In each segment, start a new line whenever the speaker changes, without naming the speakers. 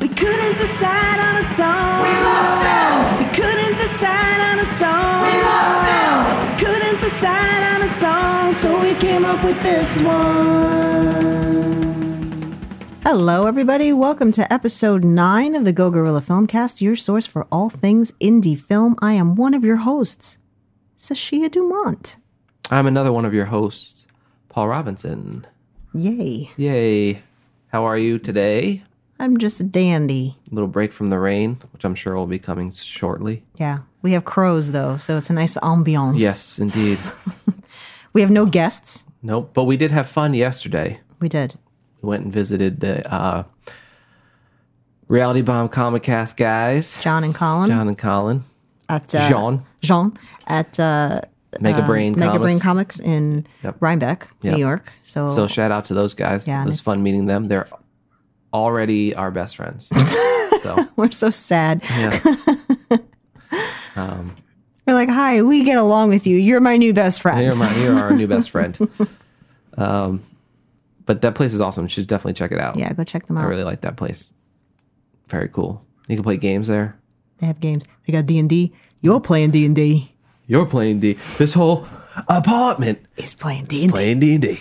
couldn't decide on a song. We loved them. You couldn't decide on a song. We loved them. You couldn't decide on a song, so we came up with this one.
Hello, everybody. Welcome to episode nine of the Go Gorilla Filmcast, your source for all things indie film. I am one of your hosts, Sashia Dumont.
I'm another one of your hosts, Paul Robinson.
Yay.
Yay. How are you today?
I'm just a dandy.
A little break from the rain, which I'm sure will be coming shortly.
Yeah. We have crows, though, so it's a nice ambiance.
Yes, indeed.
We have no guests.
nope. But we did have fun yesterday.
We did.
We went and visited the uh, Reality Bomb Comic Cast guys,
John and Colin.
John and Colin,
At, uh,
Jean.
Jean. At uh,
Mega Brain
Mega
Comics.
Brain Comics in
Yep.
Rhinebeck,
Yep.
New York. So,
So shout out to those guys.
Yeah,
it
and
was
if-
fun meeting them. They're already our best friends. so
we're so sad.
yeah,
We're like, hi, we get along with you. You're my new best friend.
you're, my, you're our new best friend. Um, but that place is awesome. You should definitely check it out.
yeah, go check them
I
out.
really like that place. Very cool. You can play games there.
They have games. They got D and D. You're playing D and D.
You're playing D. This whole apartment
He's playing D and D.
playing D and D.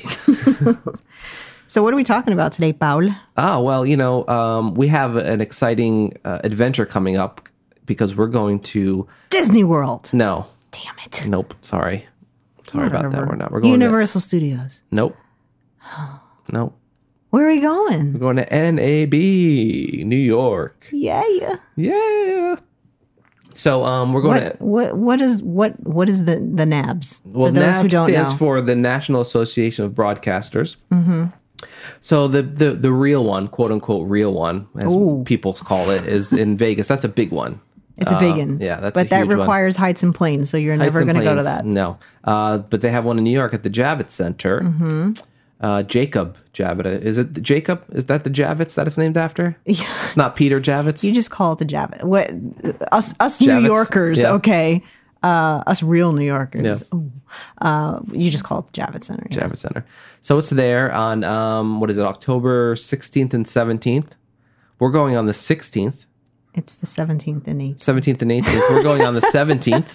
So what are we talking about today, Paul?
Ah, well, you know, um, we have an exciting uh, adventure coming up because we're going to
Disney World.
no,
Damn it.
nope, sorry, sorry about that.
Whatever.
We're not. We're going
Universal Studios.
to nope, nope.
Where are we
We're
going?
going to NAB, New York.
Yeah, yeah.
Yeah. So um, we're going
What,
to.
what what is what what is the the NABS?
Well,
for those
NAB
who don't
stands
know.
for the National Association of Broadcasters. Mm-hmm. So the, the the real one, quote unquote, real one, as
Ooh.
people call it, is in Vegas. That's a big one.
it's a big one.
Um, yeah, that's
but
a
that
huge one.
requires heights and plains, so you're never
Heights and
going to go to
Plains,
that.
No, uh, but they have one in New York at the Javits Center.
Mm-hmm.
Uh, Jacob Javits is it the Jacob? Is that the Javits that it's named after? Yeah, it's not Peter Javits.
You just call it the Javits. What us us
Javits,
New Yorkers,
yeah.
okay? Uh, us real New Yorkers.
Yeah.
Ooh. Uh, you just call it the Javits Center. yeah.
Javits Center. So it's there on um, what is it, October sixteenth and seventeenth. We're going on the sixteenth.
It's the 17th and 8th.
17th and 18th. We're going on the 17th.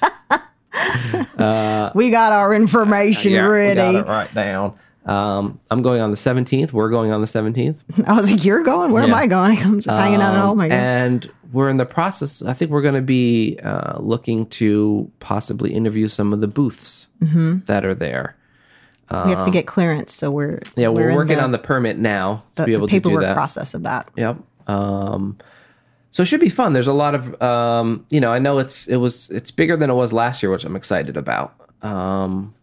we got our information
Uh, we
ready.
got it right down. Um, I'm going on the 17th. We're going on the 17th.
I was like, "You're going? Where am
Yeah.
I going? I'm just hanging out at
Um,
home." I guess.
and we're in the process. I think we're going to be uh, looking to possibly interview some of the booths
Mm-hmm.
that are there.
we have to get clearance, so we're
um, Yeah, we're,
in
working on the permit now to
the,
be
the
able to do
paperwork
that.
process of that.
Yep. Um, so it should be fun. There's a lot of um, you know, I know it's it was it's bigger than it was last year, which I'm excited about. Um,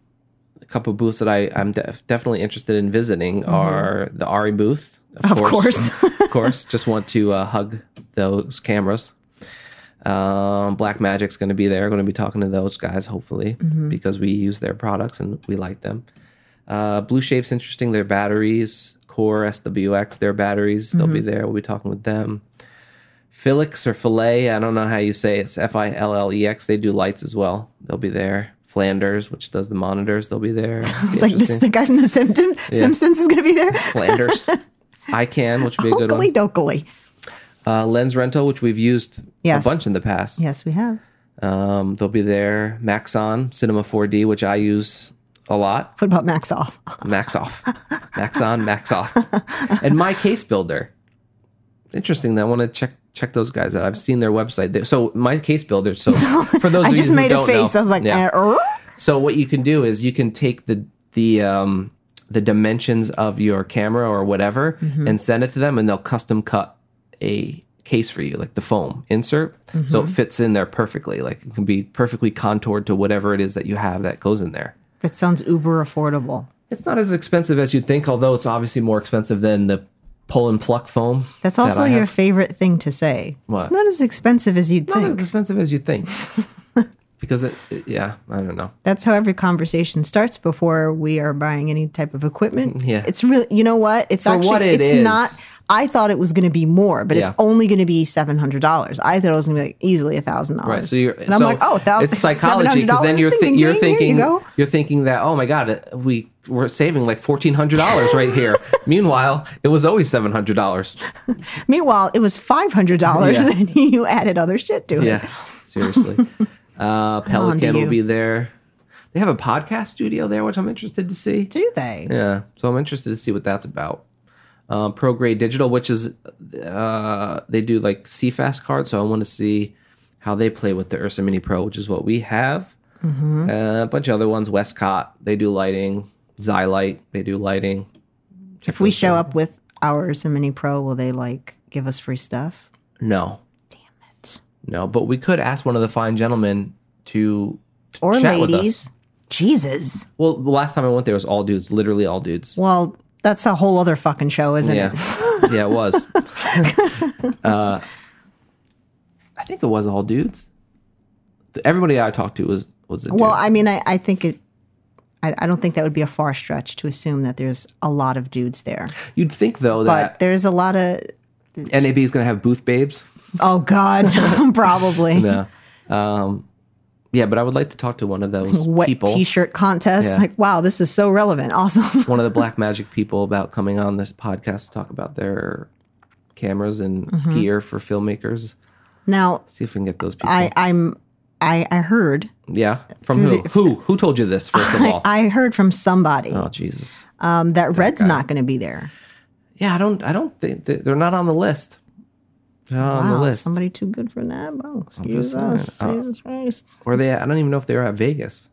a couple booths that I I'm def- definitely interested in visiting are the Ari booth,
Mm-hmm. Of course.
of course. Just want to uh, hug those cameras. Um, Black Magic's going to be there. Going to be talking to those guys hopefully
Mm-hmm.
because we use their products and we like them. Uh, Blue Shape's interesting. Their batteries, Core SWX, their batteries, they'll
Mm-hmm.
be there. We'll be talking with them. Philix or Fillet, I don't know how you say it. it's F I L L E X. They do lights as well. They'll be there. Flanders, which does the monitors, they'll be there.
It's like this: the guy from the Simpsons, Simpsons is going to be there.
Flanders. ICANN, which would be a good
Hokely
one.
dokely.
Uh, Lens Rental, which we've used
Yes.
a bunch in the past.
Yes, we have.
Um, they'll be there. Maxon, Cinema 4D, which I use a lot.
What about Max off?
Max off. Max on, max off. And my case builder. Interesting. that I want to check check those guys out. I've seen their website. They- So my case builder. So for those
I
of
just
you
made a
who don't
face.
know-
I was like,
Yeah.
eh, er?
so what you can do is you can take the the um, the dimensions of your camera or whatever
Mm-hmm.
and send it to them, and they'll custom cut a case for you, like the foam insert, so it
Mm-hmm.
fits in there perfectly. Like it can be perfectly contoured to whatever it is that you have that goes in there.
that sounds uber affordable.
It's not as expensive as you'd think, although it's obviously more expensive than the pull and pluck foam.
That's
that
also
I
your
have.
favorite thing to say. It's
What?
not as expensive as you'd
Not as
think.
expensive as you think, because it, it- yeah, I don't know.
That's how every conversation starts before we are buying any type of equipment.
Yeah.
It's really, you know what? It's
For
actually,
what it
it's
is.
not. I thought it was going to be more, but
Yeah.
it's only going to be seven hundred dollars. I thought it was going to be like easily a thousand dollars.
Right. So you're
and I'm
so
like, oh, thousand.
It's psychology because then you're thi- you're
you
thinking
go.
are thinking that oh my god uh, we we're saving like fourteen hundred dollars right here. Meanwhile, it was always seven hundred dollars.
Meanwhile, it was five hundred dollars,
Yeah.
and you added other shit to it.
Yeah, seriously. Uh, Pelican will
you.
be there. They have a podcast studio there, which I'm interested to see.
Do they?
Yeah, so I'm interested to see what that's about. Um, Prograde Digital, which is uh, they do like CFast cards, so I want to see how they play with the Ursa Mini Pro, which is what we have. Uh, a bunch of other ones, Westcott, they do lighting. Xylite, they do lighting.
If we show up with our Mini Pro, will they like give us free stuff?
No, damn it, no. But we could ask one of the fine gentlemen to
Or
Chat with
ladies? Jesus.
Well, the last time I went there was all dudes, literally all dudes.
Well, that's a whole other fucking show, isn't
Yeah,
it?
yeah, it was. uh, I think it was all dudes. Everybody I talked to was was a dude.
Well, I mean, I, I think it. I, I don't think that would be a far stretch to assume that there's a lot of dudes there,
You'd think though
but
that
there's a lot of.
NAB is going to have booth babes.
Oh God, probably.
Yeah, um, yeah, but I would like to talk to one of those
Wet
people,
T-shirt contest.
Yeah.
Like, wow, this is so relevant. Awesome.
one of the Black Magic people, about coming on this podcast to talk about their cameras and
Mm-hmm.
gear for filmmakers.
now,
See if we can get those people.
I, I'm. I, I heard.
yeah, from who? who? Who told you this? First of all,
I heard from somebody
oh Jesus.
um, that Red's not going to be there.
Yeah, I don't. I don't think they- they're not on the list. They're not on the
Wow,
list.
somebody too good for that. Oh, excuse
saying,
us,
uh,
Jesus Christ.
Where they? At? I don't even know if they were at Vegas.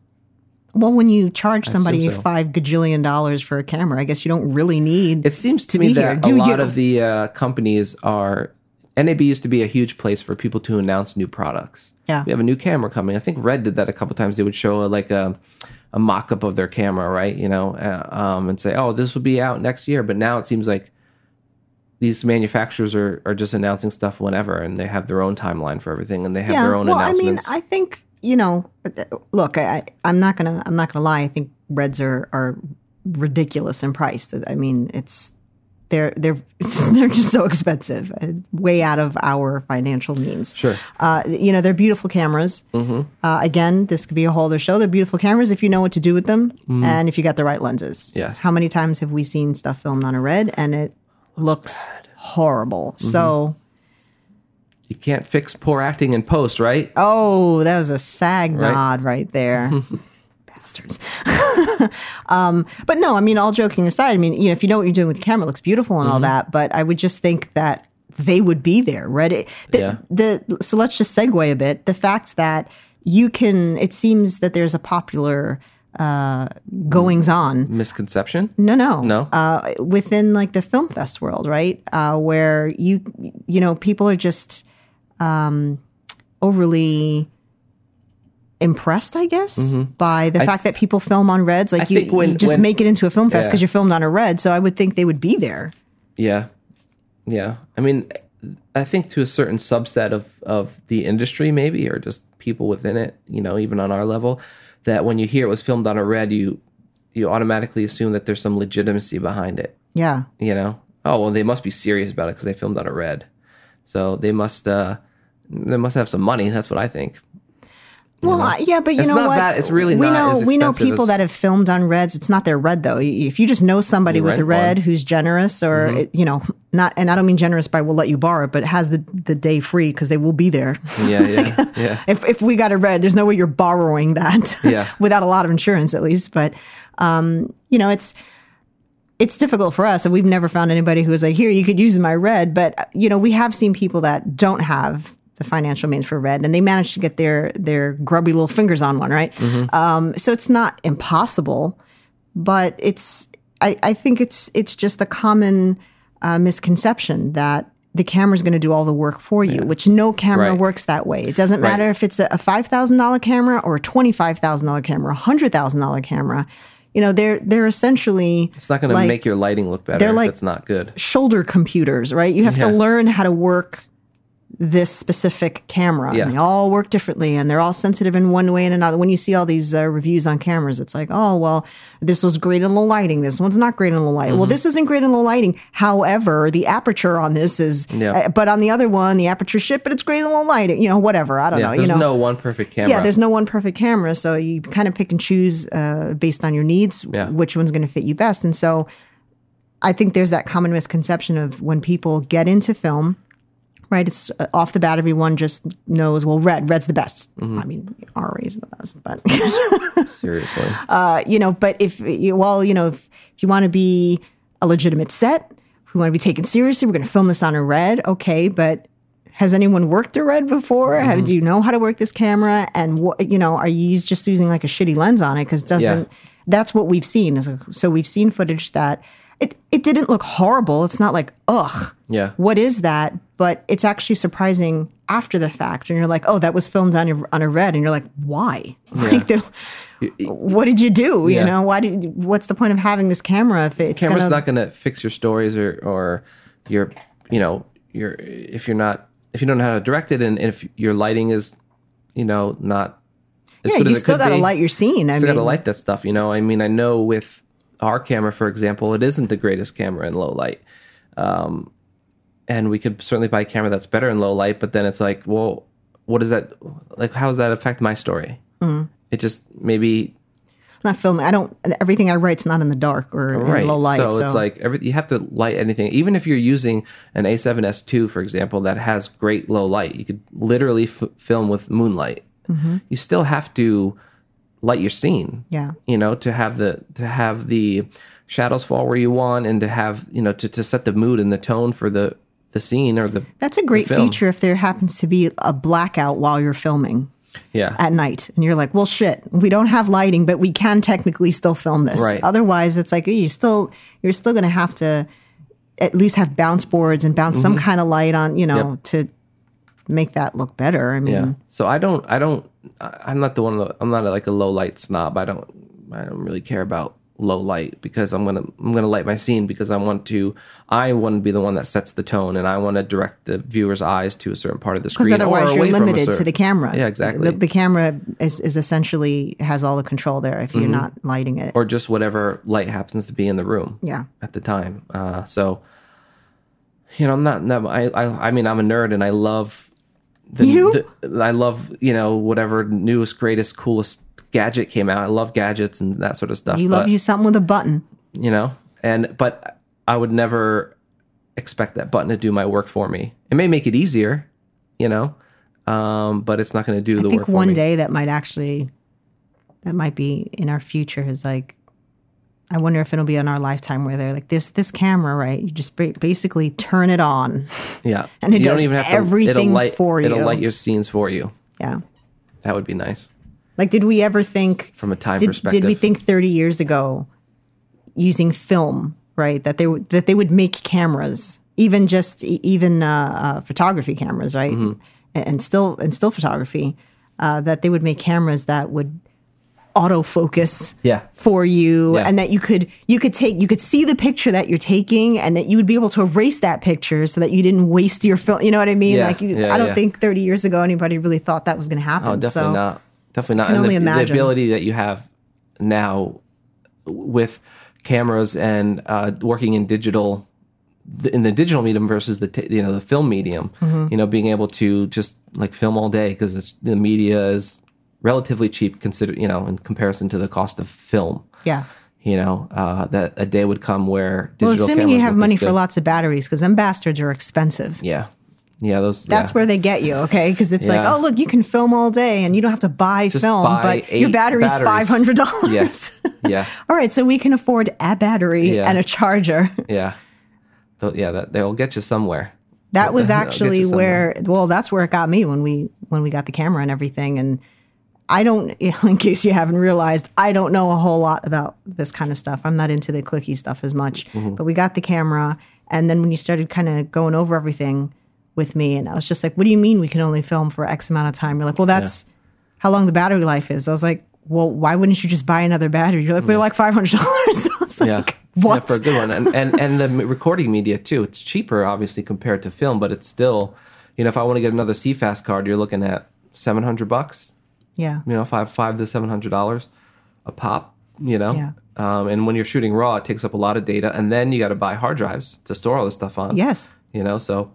Well, when you charge somebody
so.
five gajillion dollars for a camera, I guess you don't really need.
It seems to,
To
me
be
that
here, do
a lot
you?
of the uh, companies are. NAB used to be a huge place for people to announce new products.
Yeah.
we have a new camera coming. I think Red did that a couple times. They would show uh, like a, a mock up of their camera, right? You know, uh, um, and say, "Oh, this will be out next year." But now it seems like these manufacturers are, are just announcing stuff whenever, and they have their own timeline for everything, and they have their own
well, I mean,
announcements.
I think you know. uh, Look, I, I- I'm not gonna, I'm not gonna lie. I think Reds are are ridiculous in price. I mean, it's they're they're they're just so expensive, uh, way out of our financial means.
Sure. Mm-hmm.
Uh, you know, they're beautiful cameras. Uh, again, this could be a whole other show. They're beautiful cameras if you know what to do with them and if you got the right lenses.
Mm-hmm. Yes.
How many times have we seen stuff filmed on a red and it looks horrible?
Mm-hmm.
So.
you can't fix poor acting in post, right?
Oh, that was a sag
Right?
nod right there. Bastards. um, but no, I mean, all joking aside, I mean, you know, if you know what you're doing with the camera, it looks beautiful and
Mm-hmm.
all that, but I would just think that they would be there, right? It- The,
Yeah.
the, so let's just segue a bit. The fact that you can, it seems that there's a popular uh, goings on
Misconception.
no, no,
No?
Uh, within like the film fest world, right? Uh, where you, you know, people are just um, overly impressed, I guess,
Mm-hmm.
by the fact that people film on reds. Like you,
think when-
you just
when-
make it into a film fest
Yeah.
because you're filmed on a red. So I would think they would be there.
Yeah, yeah. I mean, I think to a certain subset of of the industry, maybe, or just people within it, you know, even on our level, that when you hear it was filmed on a red, you you automatically assume that there's some legitimacy behind it.
Yeah,
You know, oh well, they must be serious about it because they filmed on a red, so they must uh they must have some money. That's what I think.
Well, I yeah, but you
It's
know
not
what?
that- it's really
we
not
know
as
we know
expensive
people
as-
that have filmed on reds. It's not their red though. If you just know somebody with
rent
a red who's generous, or
Mm-hmm.
you know, not and I don't mean generous by we'll let you borrow, it, but has the the day free because they will be there.
Yeah, yeah, yeah.
if if we got a red, there's no way you're borrowing that.
Yeah.
without a lot of insurance at least. But um, you know, it's it's difficult for us, and we've never found anybody who was like, "Here, you could use my red." But uh, you know, we have seen people that don't have the financial means for red, and they manage to get their their grubby little fingers on one, right?
Mm-hmm.
Um, so it's not impossible, but it's I, I think it's it's just a common uh, misconception that the camera's going to do all the work for you, which no camera
Right.
works that way. It doesn't
Right.
matter if it's a a five thousand dollar camera or a twenty five thousand dollar camera, a hundred thousand dollar camera. You know, they're they're essentially
It's not going to
like
make your lighting look better.
they're
if
like-
it's not good.
shoulder computers, right? You have
Yeah.
to learn how to work this specific camera.
Yeah.
And they all work differently and they're all sensitive in one way and another. When you see all these uh, reviews on cameras, it's like, oh, well, this was great in low lighting. This one's not great in low light.
Mm-hmm.
Well, this isn't great in low lighting. However, the aperture on this is,
Yeah.
uh, but on the other one, the aperture shit, but it's great in low lighting. You know, whatever. I don't
Yeah,
know.
there's
you know,
no one perfect camera.
yeah, there's no one perfect camera, so you kind of pick and choose uh, based on your needs
Yeah.
which one's going to fit you best. And so, I think there's that common misconception of when people get into film, right? It's uh, off the bat, everyone just knows well, red, red's the best.
Mm-hmm.
I mean, RA is the best, but
seriously.
uh, you know, but if you- well, you know, if, if you want to be a legitimate set, if we want to be taken seriously, we're going to film this on a red, okay, but has anyone worked a red before? Have, do you know how to work this camera? And what you know, are you just using like a shitty lens on it? Because doesn't that's what we've seen. is- So we've seen footage that it it didn't look horrible. It's not like ugh,
Yeah.
what is that? But it's actually surprising after the fact, and you're like, oh, that was filmed on a, on a red, and you're like, why? Like, the, what did you do?
Yeah.
You know, why did? What's the point of having this camera if it's
camera's
gonna?
not going to fix your stories or or your you know your if you're not if you don't know how to direct it and if your lighting is you know not as
yeah,
good
you
as it
still
could
got to
be,
light your scene. I
still
mean,
got to light that stuff. You know, I mean, I know with our camera, for example, it isn't the greatest camera in low light. Um, and we could certainly buy a camera that's better in low light, but then it's like, well, what does that like? How does that affect my story?
Mm-hmm.
It just maybe
not filming. I don't. Everything I write's not in the dark or
right.
in low light.
so, it's like every, you have to light anything, even if you're using an A7S2, for example, that has great low light. You could literally f- film with moonlight. You still have to light your scene.
Mm-hmm. Yeah.
you know, to have the to have the shadows fall where you want, and to have you know to to set the mood and the tone for the the scene or the
that's a great
film.
feature if there happens to be a blackout while you're filming
yeah
at night, and you're like, well, shit, we don't have lighting, but we can technically still film this.
Right.
Otherwise, it's like you still you're still going to have to at least have bounce boards and bounce
Mm-hmm.
some kind of light on, you know, to make that look better. I mean.
Yeah. So I don't. I don't. I- I'm not the one. of the- I'm not like a low light snob. I don't. I don't really care about low light because I'm gonna. I'm gonna light my scene because I want to. I want to be the one that sets the tone and I want to direct the viewer's eyes to a certain part of the screen.
Because otherwise,
or
you're
away from a
limited to
certain-
the camera.
Yeah, exactly.
The, the camera is, is essentially has all the control there if you're not lighting it.
Mm-hmm. or just whatever light happens to be in the room.
yeah.
at the time. Uh, so, you know, I'm not. not I, I I mean, I'm a nerd, and I love the,
You?
the- I love you know whatever newest, greatest, coolest gadget came out. I love gadgets and that sort of stuff.
You
but,
love you something with a button.
you know, and but I would never expect that button to do my work for me. It may make it easier, you know, um, but it's not going to do the
I think
work. for
one
me.
day that might actually that might be in our future is like I wonder if it'll be in our lifetime where they're like this this camera, right? You just ba- basically turn it on.
yeah,
and it
you
does
don't even have to,
everything
it'll light,
for you.
It'll light your scenes for you.
Yeah.
That would be nice
Like did we ever think
from a time
did,
perspective.
did we think 30 years ago using film right that they w- that they would make cameras even just e- even uh, uh, photography cameras right
Mm-hmm.
and, and still and still photography uh, that they would make cameras that would autofocus
Yeah.
for you
Yeah.
and that you could you could take you could see the picture that you're taking and that you would be able to erase that picture so that you didn't waste your film you know what i mean
Yeah.
like you,
Yeah,
i don't
yeah.
think 30 years ago anybody really thought that was going to happen
Oh, definitely
so
not. Definitely not.
can
and
only
the, the
imagine.
ability that you have now with cameras and uh, working in digital th- in the digital medium versus the t- you know the film medium
Mm-hmm.
you know being able to just like film all day because the media is relatively cheap consider you know in comparison to the cost of film
yeah
you know uh, that a day would come where digital
Well, assuming you
cameras
have
look as
money for
good.
lots of batteries, because them bastards are expensive.
yeah yeah those
That's
yeah.
where they get you, okay? Because it's
Yeah.
like, oh, look, you can film all day and you don't have to buy film,
buy
but your
eight
battery's
batteries.
$500.
Yes. yeah
all right, so we can afford a battery
Yeah.
and a charger.
Yeah. Th- yeah, that they'll get you somewhere.
That was
I'll get
actually
you uh, somewhere.
where, well, that's where it got me when we when we got the camera and everything. And I don't, in case you haven't realized, I don't know a whole lot about this kind of stuff. I'm not into the clicky stuff as much.
Mm-hmm.
But we got the camera, and then when you started kind of going over everything with me, and I was just like, "What do you mean we can only film for X amount of time?" You're like, "Well, that's how long the battery life is." I was like, "Well, why wouldn't you just buy another battery?" You're like, "They're like five hundred dollars." I was
Yeah.
like, "What?"
Yeah, for a good one. And and and the m- recording media too. It's cheaper obviously compared to film, but it's still You know, if I want to get another CFast card, you're looking at seven hundred bucks.
Yeah.
You know, five five to seven hundred dollars a pop. You know,
Yeah.
um, and when you're shooting raw, it takes up a lot of data, and then you got to buy hard drives to store all this stuff on.
Yes.
you know, so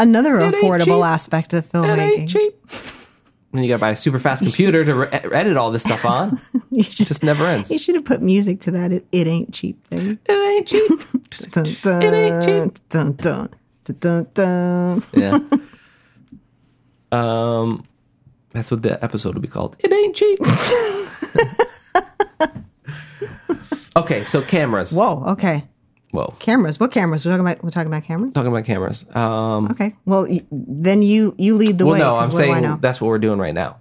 Another
ain't
affordable
cheap.
aspect of
it ain't
filmmaking.
cheap. And you got to buy a super fast computer to re- e, edit all this stuff on.
You
It
should,
just never ends.
you should have put music to that. It, it ain't cheap thing.
It ain't cheap.
Dun, dun,
It ain't cheap.
Dun, dun, dun, dun, dun.
Yeah. um, that's what the episode will be called. It ain't cheap. okay, so cameras.
Whoa. Okay.
Whoa.
Cameras. What cameras? We're talking about. We're talking about cameras.
Talking about cameras. Um,
Okay. Well, y- then you you lead the
well,
way.
no,
'cause what
I'm
do I know?
saying that's what we're doing right now,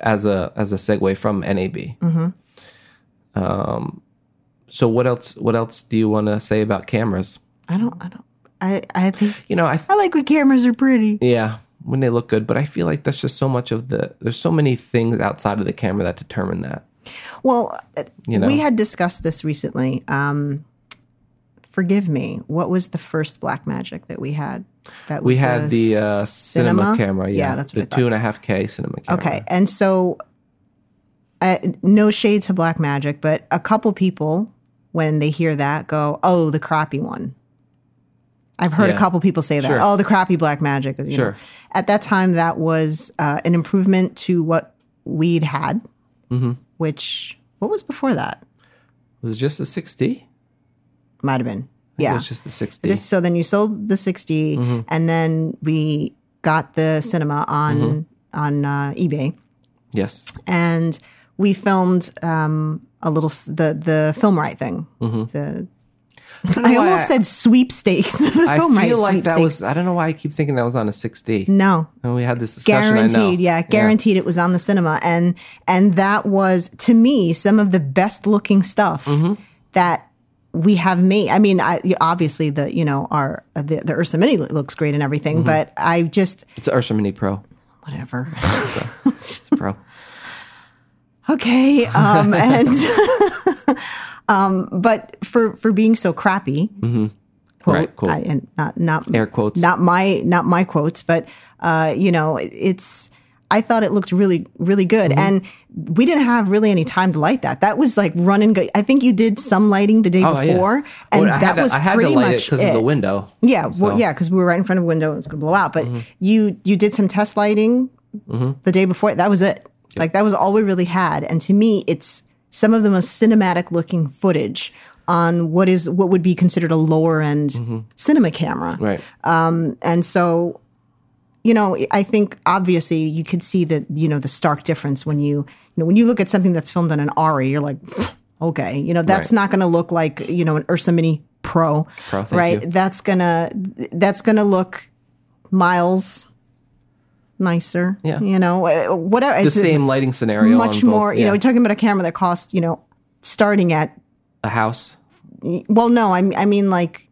as a as a segue from NAB. Um, so what else? What else do you want to say about cameras?
I don't. I don't. I I think
You know, I
I like when cameras are pretty.
Yeah, when they look good. But I feel like that's just so much of the. There's so many things outside of the camera that determine that.
Well, uh,
You know.
we had discussed this recently. Um, forgive me. What was the first black magic that we had? That
We
was
had the, uh, cinema? camera. Yeah,
that's
the
what I thought.
two and a half K cinema camera.
Okay, and so uh, no shade to black magic, but a couple people when they hear that go, "Oh, the crappy one." I've heard a
Yeah.
couple people say that.
Sure.
Oh, the crappy black magic. you know.
Sure.
At that time, that was uh, an improvement to what we'd had,
Mm-hmm.
which what was before that
Was it just a 6D?
might have been.
It
Yeah.
was Mm-hmm. just the 6D.
This- so then you sold the 60, and then we got the cinema on
Mm-hmm.
on uh, eBay.
yes.
and we filmed um, a little s- the the film right thing.
Mm-hmm.
The I
know why
almost
I-
said sweepstakes. the film
I
right
feel like that
sweepstakes.
was. I don't know why I keep thinking that was on a 6D.
no
And we had this discussion. I know.
guaranteed. Yeah, guaranteed. It was on the cinema, and and that was to me some of the best looking stuff
Mm-hmm.
that we have made. I mean, I, obviously the you know our the, the Ursa Mini looks great and everything,
Mm-hmm.
but I just
It's an Ursa Mini Pro.
whatever.
It's a Pro.
okay um and um but for for being so crappy quote,
Mm-hmm. Right, cool.
I, and not not
Air quotes.
not my not my quotes but uh you know it's i thought it looked really really good
Mm-hmm.
and we didn't have really any time to light that that was like run and go i think you did some lighting the day
Oh, yeah.
before and
Well, I
that
had to,
was
I had
pretty
to light it
much
because of the window.
yeah, well,
So- Mm-hmm.
yeah, because we were right in front of a window and it was going to blow out. But you you did some test lighting the day before. That was it. Like that was all we really had. And to me, it's some of the most cinematic looking footage on what is what would be considered a lower end cinema camera.
Mm-hmm. Right.
And so, you know, I think obviously you could see that you know the stark difference when you you know when you look at something that's filmed on an Ari, you're like, okay, you know, that's
Right.
not going to look like you know an Ursa Mini Pro,
Pro, thank
right?
you.
That's gonna that's gonna look miles nicer.
Yeah.
you know, uh, whatever.
the
It's
same lighting scenario. on
much
both-
more. You know,
yeah.
we're talking about a camera that costs you know starting at
a house.
well, no, I I mean like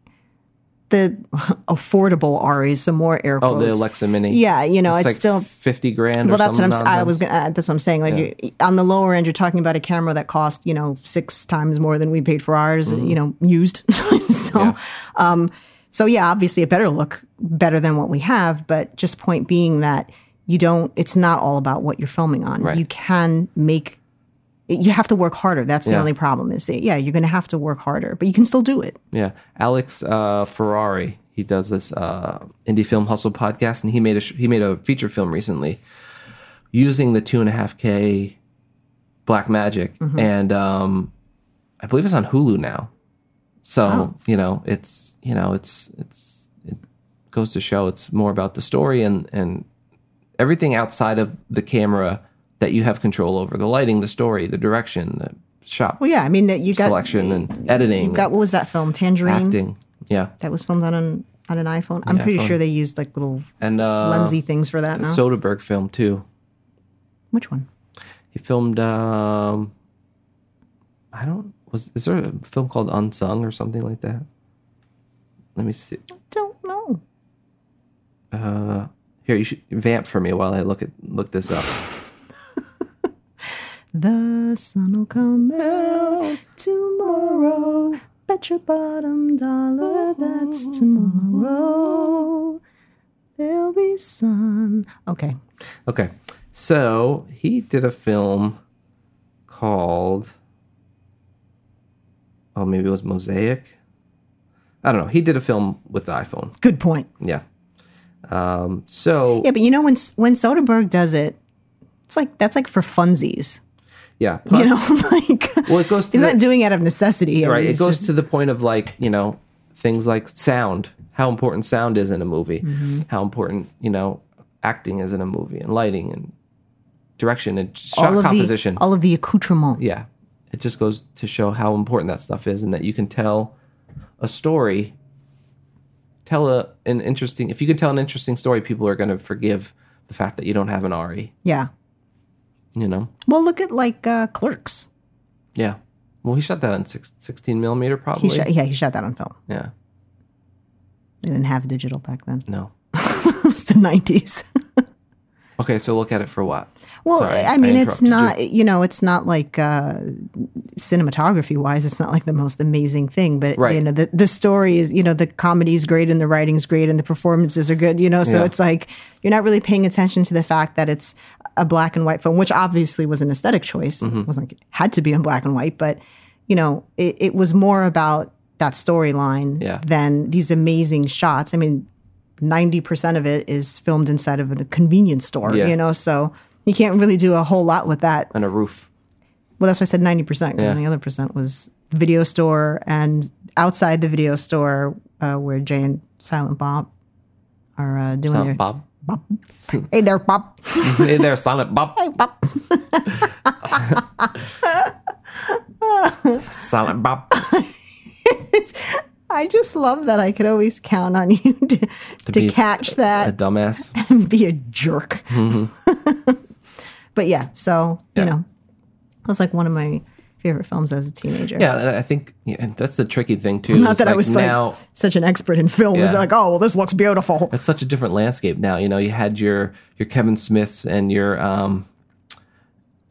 the affordable Aris, some more air
Oh,
quotes.
the Alexa Mini.
Yeah, you know,
It's,
it's,
like
still.
fifty grand.
Well,
or
that's what I'm. s-
something
I
nonsense.
was gonna. Uh, that's what I'm saying. Like you, on the lower end, you're talking about a camera that cost you know six times more than we paid for ours. You know, used. so,
Mm-hmm. Yeah.
um, so yeah, obviously a better look, better than what we have. But just point being that you don't. It's not all about what you're filming on.
Right.
You can make. You have to work harder. That's the
Yeah.
only problem. Is that, yeah, you're going to have to work harder, but you can still do it.
Yeah, Alex uh, Ferrari. He does this uh, indie film hustle podcast, and he made a sh- he made a feature film recently using the two and a half K Black Magic,
Mm-hmm.
and um, I believe it's on Hulu now. So
Oh.
you know, it's you know, it's it's it goes to show it's more about the story and and everything outside of the camera that you have control over the lighting, the story, the direction, the shot
Well, yeah, I mean that you got
selection, and editing.
You got what was that film? Tangerine.
acting. Yeah.
that was filmed on an on an iPhone. I'm pretty
iPhone.
sure they used like little
And uh
lensy things for that now.
Soderbergh film too.
Which one?
He filmed um I don't was is there a film called Unsung or something like that? Let me see.
Don't know.
Uh here you should vamp for me while I look at look this up.
The sun will come out tomorrow. Bet your bottom dollar that's tomorrow. There'll only son. Okay.
Okay. So he did a film called, oh, maybe it was Mosaic. I don't know. He did a film with the iPhone.
Good point.
Yeah. Um, so
Yeah, but you know when when Soderbergh does it, it's like that's like for funsies.
yeah. Plus,
you know, like
well, it goes to
he's
the,
not doing it out of necessity. I
right.
mean,
It
it's
goes
just-
to the point of like you know things like sound, how important sound is in a movie,
Mm-hmm.
how important you know acting is in a movie, and lighting and direction and shot
all of
composition.
the all of the accoutrement.
yeah it just goes to show how important that stuff is and that you can tell a story tell a, an interesting if you can tell an interesting story people are going to forgive the fact that you don't have an re
Yeah.
you know
Well, look at like uh, Clerks.
yeah well he shot that on six, 16 millimeter
He
probably
shot, yeah, he shot that on film.
yeah
They didn't have digital back then.
no
it was the nineties.
okay so look at it for what
Well,
Sorry,
I mean,
I
it's
interrupted
not you. know, it's not like uh, cinematography wise, it's not like the most amazing thing. But
Right.
you know, the the story is you know the comedy's great and the writing's great and the performances are good. You know, so
Yeah.
it's like you're not really paying attention to the fact that it's a black and white film, which obviously was an aesthetic choice.
Mm-hmm.
It wasn't like it had to be in black and white, but you know, it, it was more about that storyline
Yeah.
than these amazing shots. I mean, 90% of it is filmed inside of a convenience store,
Yeah.
you know, so you can't really do a whole lot with that.
on a roof
Well, that's why I said 90%, because
Yeah.
the other percent was video store and outside the video store uh, where Jay and Silent Bob are uh, doing their.
Silent bob
Bob. Hey there, Bob.
hey there silent bob
Bob.
silent bob
I just love that I could always count on you to, to,
be
catch
a
that
dumbass
and be a jerk. but yeah, so
Yeah.
you know, it was like one of my favorite films as a teenager.
yeah and i think yeah, and that's the tricky thing too
Not
It's
that I
like
was
now
like such an expert in film. It's
Yeah.
like, oh, well, this looks beautiful.
it's such a different landscape now. You know, you had your your Kevin Smiths and your um,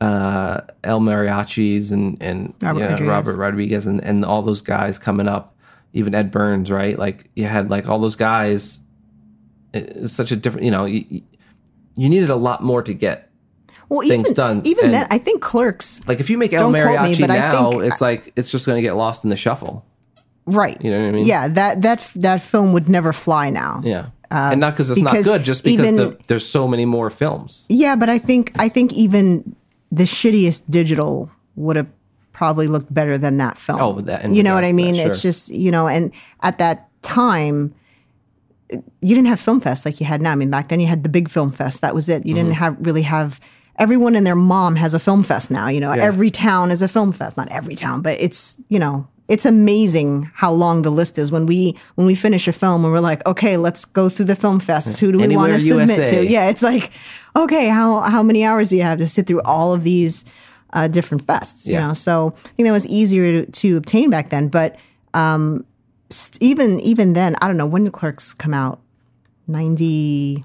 uh, El Mariachis and and
Robert
you know,
Rodriguez.
Robert Rodriguez and and all those guys coming up. Even Ed Burns, right? Like you had like all those guys. It- It's such a different. You know, you, you- you needed a lot more to get.
Well,
Things
even
done,
even
and-
then, I think Clerks,
Like if you make El
Don't quote me,
Mariachi
but I
now,
think-
it's like it's just going to get lost in the shuffle.
right?
You know what I mean?
Yeah, that that that film would never fly now.
Yeah. and not because it's
Um, because
not good, just because
even-
the, there's so many more films.
Yeah, but I think I think even the shittiest digital would have probably looked better than that film.
Oh, that- in
you know what I
regards to that,
mean? It's
sure.
just you know, and at that time, you didn't have film fest like you had now. I mean, back then you had the big film fest. That was it. You
Mm-hmm.
didn't have really have everyone and their mom has a film fest now. You know, every town is a film fest. Not every town, but it's you know. It's amazing how long the list is when we when we finish a film and we're like, okay, let's go through the film fest. Who do we want to
Anywhere
submit
USA.
to? Yeah, it's like, okay, how how many hours do you have to sit through all of these uh, different fests? You
Yeah.
know, so I think that was easier to, to obtain back then. But um, st- even even then, I don't know when did Clerks come out. 90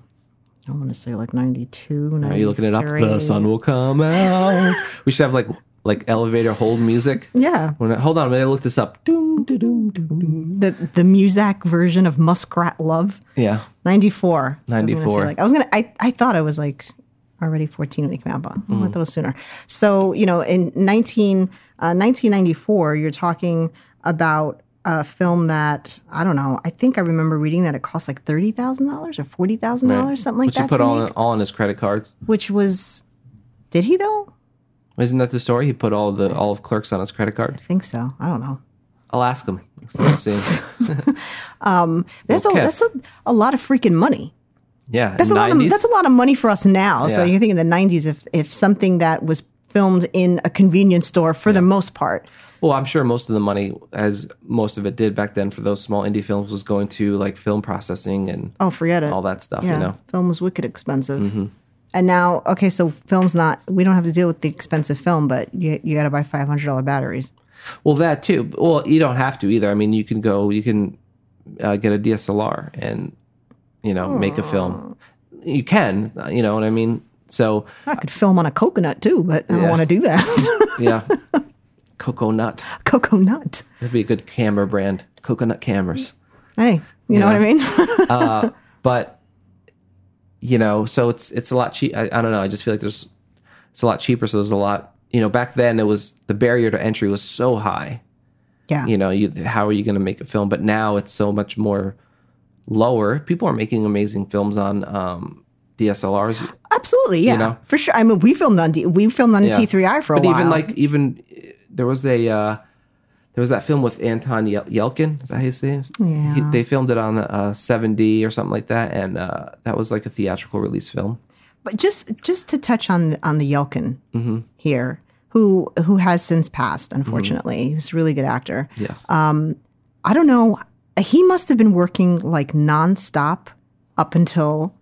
i want to say like 92
Are you looking it up?
93.
The sun will come out. we should have like like elevator hold music.
yeah
When I- hold on, I'm gonna look this up. Doom, doom, doom, doom, doom.
the the muzak version of muskrat love
Yeah,
94 I was, gonna
94.
say, like, I, was gonna I, I thought i was like already 14 when it came out but i thought it was sooner so you know in 19 uh, 1994 you're talking about a film that i don't know i think i remember reading that it cost like $30000 or $40000 something like
which
that
he put
to
all
make,
all on his credit cards.
which was did he though
Isn't that the story? He put all of the all of clerks on his credit card.
i think so i don't know
I'll ask him. Let's see.
That's
Okay.
a that's a, a lot of freaking money.
Yeah,
That's a lot of that's a lot of money for us now. So
Yeah.
you think in the nineties, if if something that was filmed in a convenience store for the most part,
well, I'm sure most of the money, as most of it did back then for those small indie films, was going to like film processing and
oh forget it.
all that stuff.
yeah,
You know, Mm-hmm.
film was wicked expensive. And now, okay, so film's not. We don't have to deal with the expensive film, but you you got to buy five hundred dollar batteries.
Well, that too. Well, you don't have to either. I mean, you can go, you can uh, get a DSLR and, you know, make a film. You can, uh, you know what I mean? So,
I could film on a coconut too, but I
Yeah.
don't want to do that.
yeah. Coconut.
coconut.
That'd be a good camera brand. Coconut cameras.
Hey, you know what I mean?
But you know, so it's it's a lot cheap. I, I don't know. I just feel like there's it's a lot cheaper. So there's a lot. You know, back then it was the barrier to entry was so high.
Yeah.
You know, you how are you going to make a film? But now it's so much more lower. People are making amazing films on um, DSLRs.
Absolutely. Yeah.
know?
For sure. I mean, we filmed on D- we filmed on a
Yeah.
T3i for a
but
while.
even like even uh, there was a uh, there was that film with Anton Yel- Yelkin. Is that how you say? it?
Yeah.
He- they filmed it on uh, 7D or something like that, and uh, that was like a theatrical release film.
But just just to touch on on the Yelkin
Mm-hmm.
here, who who has since passed, unfortunately, he's a really good actor.
Yes.
I don't know. He must have been working like nonstop up until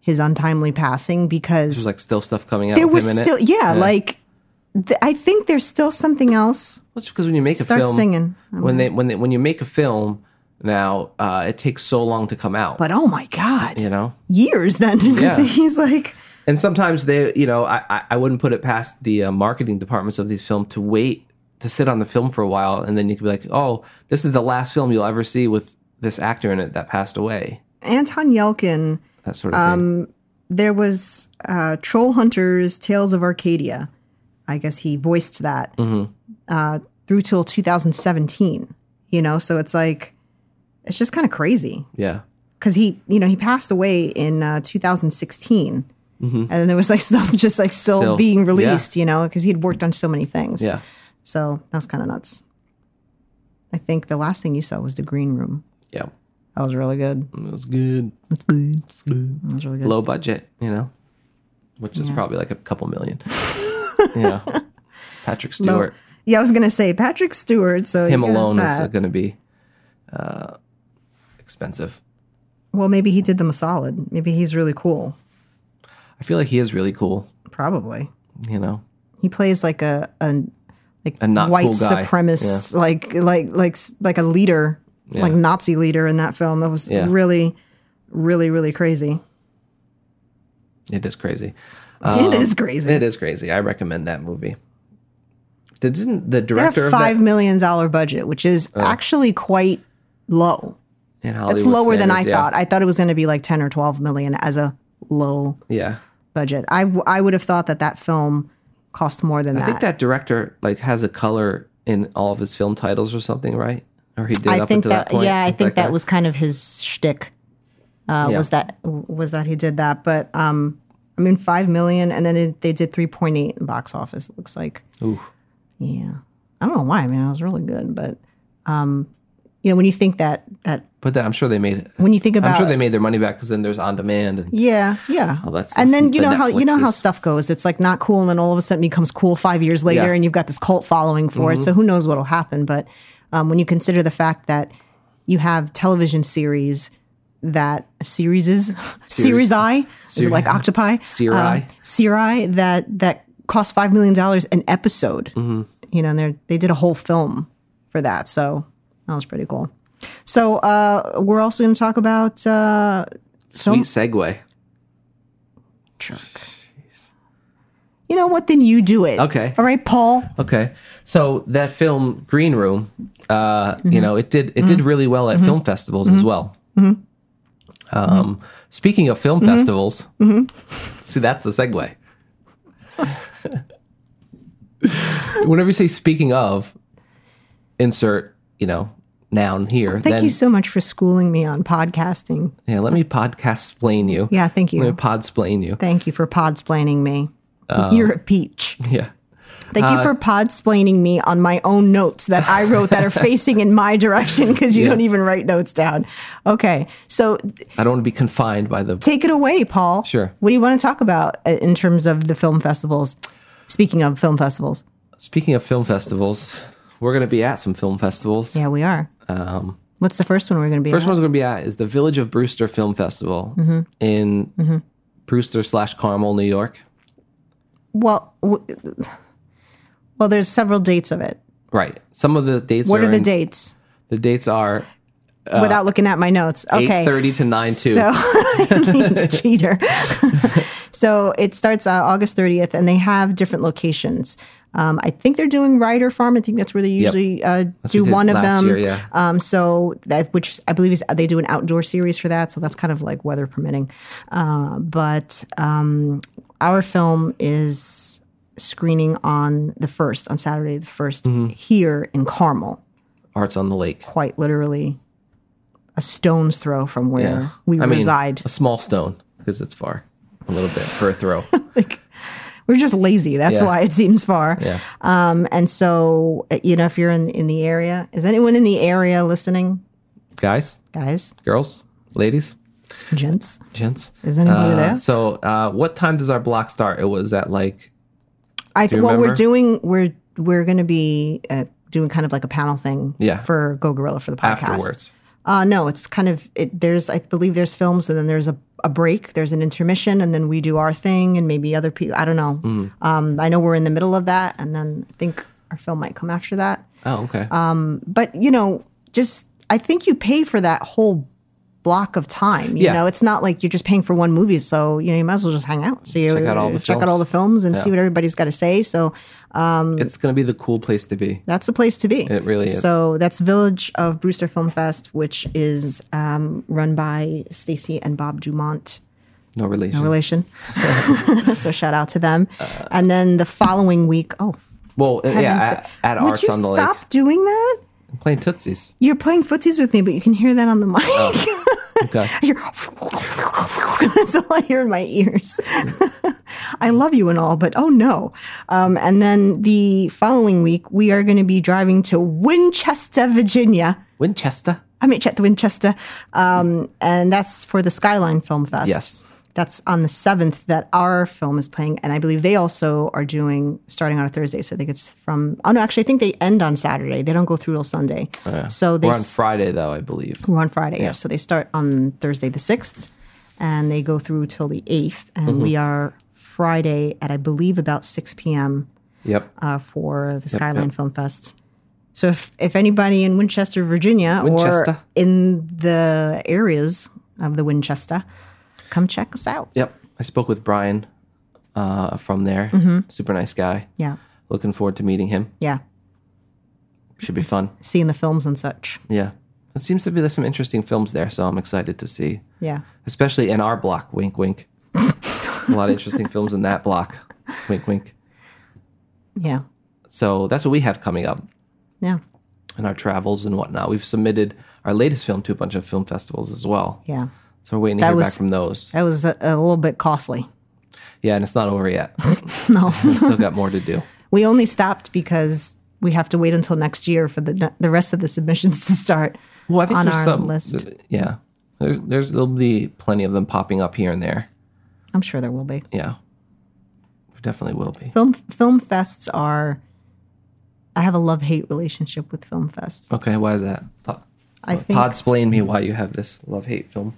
his untimely passing because
There's like still stuff coming out.
there
with
was
him in
still
it.
yeah, like th- I think there's still something else.
That's because when you make
Start
a film,
singing. Mm-hmm.
when they when they, when you make a film now, uh, it takes so long to come out.
But oh my god,
you know,
years then 'cause
Yeah.
he's like
and sometimes they, you know, I I, I wouldn't put it past the uh, marketing departments of these films to wait to sit on the film for a while, and then you could be like, oh, this is the last film you'll ever see with this actor in it that passed away.
Anton Yelkin.
That sort of thing.
Um, there was uh, Troll Hunters Tales of Arcadia. I guess he voiced that
Mm-hmm.
uh, through till 2017. You know, so it's like it's just kind of crazy
Yeah.
because he, you know, he passed away in uh, 2016, and then there was like stuff just like still,
Mm-hmm. Still,
being
yeah.
released. You know, because he had worked on so many things.
Yeah.
So that's kind of nuts. I think the last thing you saw was the Green Room.
Yeah.
That was really good.
It was good.
That's good. That was really good.
Low budget, you know, which is probably like a couple million. you know, Patrick
Low-
Stewart.
Yeah, I was gonna say Patrick Stewart. So
him
you got
alone
that.
is going to be uh, expensive.
Well, maybe he did them a solid. Maybe he's really cool.
I feel like he is really cool.
Probably.
You know,
He plays like a, a like
A not
white
cool guy.
supremacist, like like like s- like a leader, like Nazi leader in that film. It was
Yeah.
really, really, really crazy.
it is
it
crazy.
is crazy.
Um, It is crazy. I recommend that movie. Did- Didn't the
They had
director
a
of that
five million dollar budget, which is
Oh.
actually quite low.
in Hollywood?
It's lower than I
standards, yeah.
thought. I thought it was going to be like ten or twelve million as a low
Yeah,
budget. I w- I would have thought that that film cost more than
I think
that.
that director like has a color in all of his film titles or something, right? Or he did
I
up
think
until that,
that,
point.
yeah, I
with
think that,
guy.
was kind of his shtick. Uh,
Yeah.
Was that was that he did that? But um, I mean, five million, and then they, they did three point eight in box office. It looks like
Ooh,
yeah, I don't know why. I mean, it was really good, but um, you know, when you think that that
but that, I'm sure they made.
when you think about
I'm sure they made their money back because then there's on demand and
yeah yeah
that stuff,
and then you
the
know how you know how
Netflixes.
stuff goes it's like not cool and then all of a sudden becomes cool five years later
Yeah. Mm-hmm.
and you've got this cult following for it so who knows what'll happen but um, when you consider the fact that you have television series that series is series i is it like
Series.
octopi Um,
Siri.
series that that cost five million dollars an episode
Mm-hmm.
you know and they they did a whole film for that so that was pretty cool so uh, we're also going to talk about uh,
sweet segue.
jerk. You know what? Then you do it.
Okay.
All right, Paul.
Okay, so that film Green Room, uh, you know, it did it did
Mm-hmm.
really well at film festivals as well. Um, Speaking of film
Mm-hmm.
festivals, see that's the segue. Whenever you say "speaking of," insert you know noun here.
Thank
then
you so much for schooling me on podcasting.
yeah, let me podcast explain you.
Yeah, thank
let me
you.
pod explain you.
Thank you for podsplaining me.
Oh.
You're a peach.
Yeah.
Thank
Uh,
you for podsplaining me on my own notes that I wrote that are facing in my direction because you
Yeah.
don't even write notes down. Okay, so
I don't want to be confined by the
take it away, Paul.
Sure.
What do you want to talk about uh, in terms of the film festivals? Speaking of film festivals,
Speaking of film festivals, we're going to be at some film festivals.
yeah, we are.
Um,
What's the first one we're going to be?
first
at?
one's going to be at is the Village of Brewster Film Festival
Mm-hmm.
in Brewster slash Carmel, New York.
Well, w- well, there's several dates of it.
Right. Some of the dates.
What are the
in-
dates?
The dates are
Without looking at my notes. Okay.
uh, eight thirty to nine two.
So, cheater. so it starts uh, August 30th, and they have different locations. Um, I think they're doing Rider Farm. I think that's where they usually uh, do
we did
one of
last
them.
year, yeah.
Um, so that which I believe is they do an outdoor series for that. So that's kind of like weather permitting. Uh, but um, our film is screening on the first on Saturday the 1st
Mm-hmm.
here in Carmel,
Arts on the Lake.
quite literally a stone's throw from where
Yeah.
we
I mean,
reside.
a small stone because it's far, a little bit for a throw.
like we're just lazy. That's
Yeah.
why it seems far.
Yeah.
Um, and so uh, you know, if you're in in the area, is anyone in the area listening,
Guys,
guys,
girls, ladies,
gents?
gents.
Is anybody
Uh,
there?
So, uh, what time does our block start? It was at like
I
you
th- well, we're
remember?
doing we're we're going to be uh, doing kind of like a panel thing.
Yeah.
For Go Gorilla for the podcast.
afterwards.
Uh, no, it's kind of it, there's I believe there's films and then there's a, a break, there's an intermission, and then we do our thing and maybe other people. I don't know.
Mm-hmm.
Um, I know we're in the middle of that, and then I think our film might come after that.
Oh, okay.
Um, but you know, just I think you pay for that whole block of time. You
Yeah.
know, it's not like you're just paying for one movie, so you know you might as well just hang out, see
Check out all the
check out
films.
all the films, and see what everybody's got to say. So
it's gonna be the cool place to be.
that's the place to be.
It really is.
So that's Village of Brewster Film Fest, which is um, run by Stacy and Bob Dumont.
No relation.
Relation. so shout out to them. and then the following week, oh,
well, uh,
heavens-
yeah, at, at
would
Arts
you
on the
stop
Lake,
doing that?
I'm playing Tootsies.
You're playing footsies with me, but you can hear that on the mic.
Oh. Okay.
You're- That's all I hear in my ears. I love you and all, but oh no. Um, and then the following week, we are going to be driving to Winchester, Virginia.
Winchester.
I mean, at Winchester. Um, and that's for the Skyline Film Fest.
Yes.
That's on the 7th that our film is playing. And I believe they also are doing starting on a Thursday. So I think it's from, oh no, actually, I think they end on Saturday. They don't go through till Sunday. So they
Oh, We're on Friday though, I believe.
we're on Friday, yeah. So they start on Thursday the sixth, and they go through till the eighth, and
Mm-hmm.
we are Friday at I believe about six p.m.
Yep.
Uh, for the Skyline Film Fest. So if if anybody in Winchester, Virginia,
Winchester.
or in the areas of the Winchester, come check us out.
Yep. I spoke with Brian uh, from there.
Mm-hmm.
Super nice guy.
Yeah,
Looking forward to meeting him.
yeah.
Should be fun.
Seeing the films and such.
Yeah. It seems to be there's some interesting films there, so I'm excited to see.
Yeah,
Especially in our block, wink wink. a lot of interesting films in that block. Wink wink.
yeah,
So that's what we have coming up
yeah,
in our travels and whatnot. We've submitted our latest film to a bunch of film festivals as well.
yeah.
So we're waiting to
That
hear back
was-
from those.
That was a, a little bit costly.
Yeah, and it's not over yet.
No.
We've still got more to do.
We only stopped because we have to wait until next year for the the rest of the submissions to start.
Well, I think
on
there's
our
some,
list.
Yeah, there's, there's there'll be plenty of them popping up here and there.
I'm sure there will be.
Yeah, there definitely will be.
Film film fests are I have a love-hate relationship with film fests.
Okay, why is that?
I think
Pod explain me why you have this love hate film.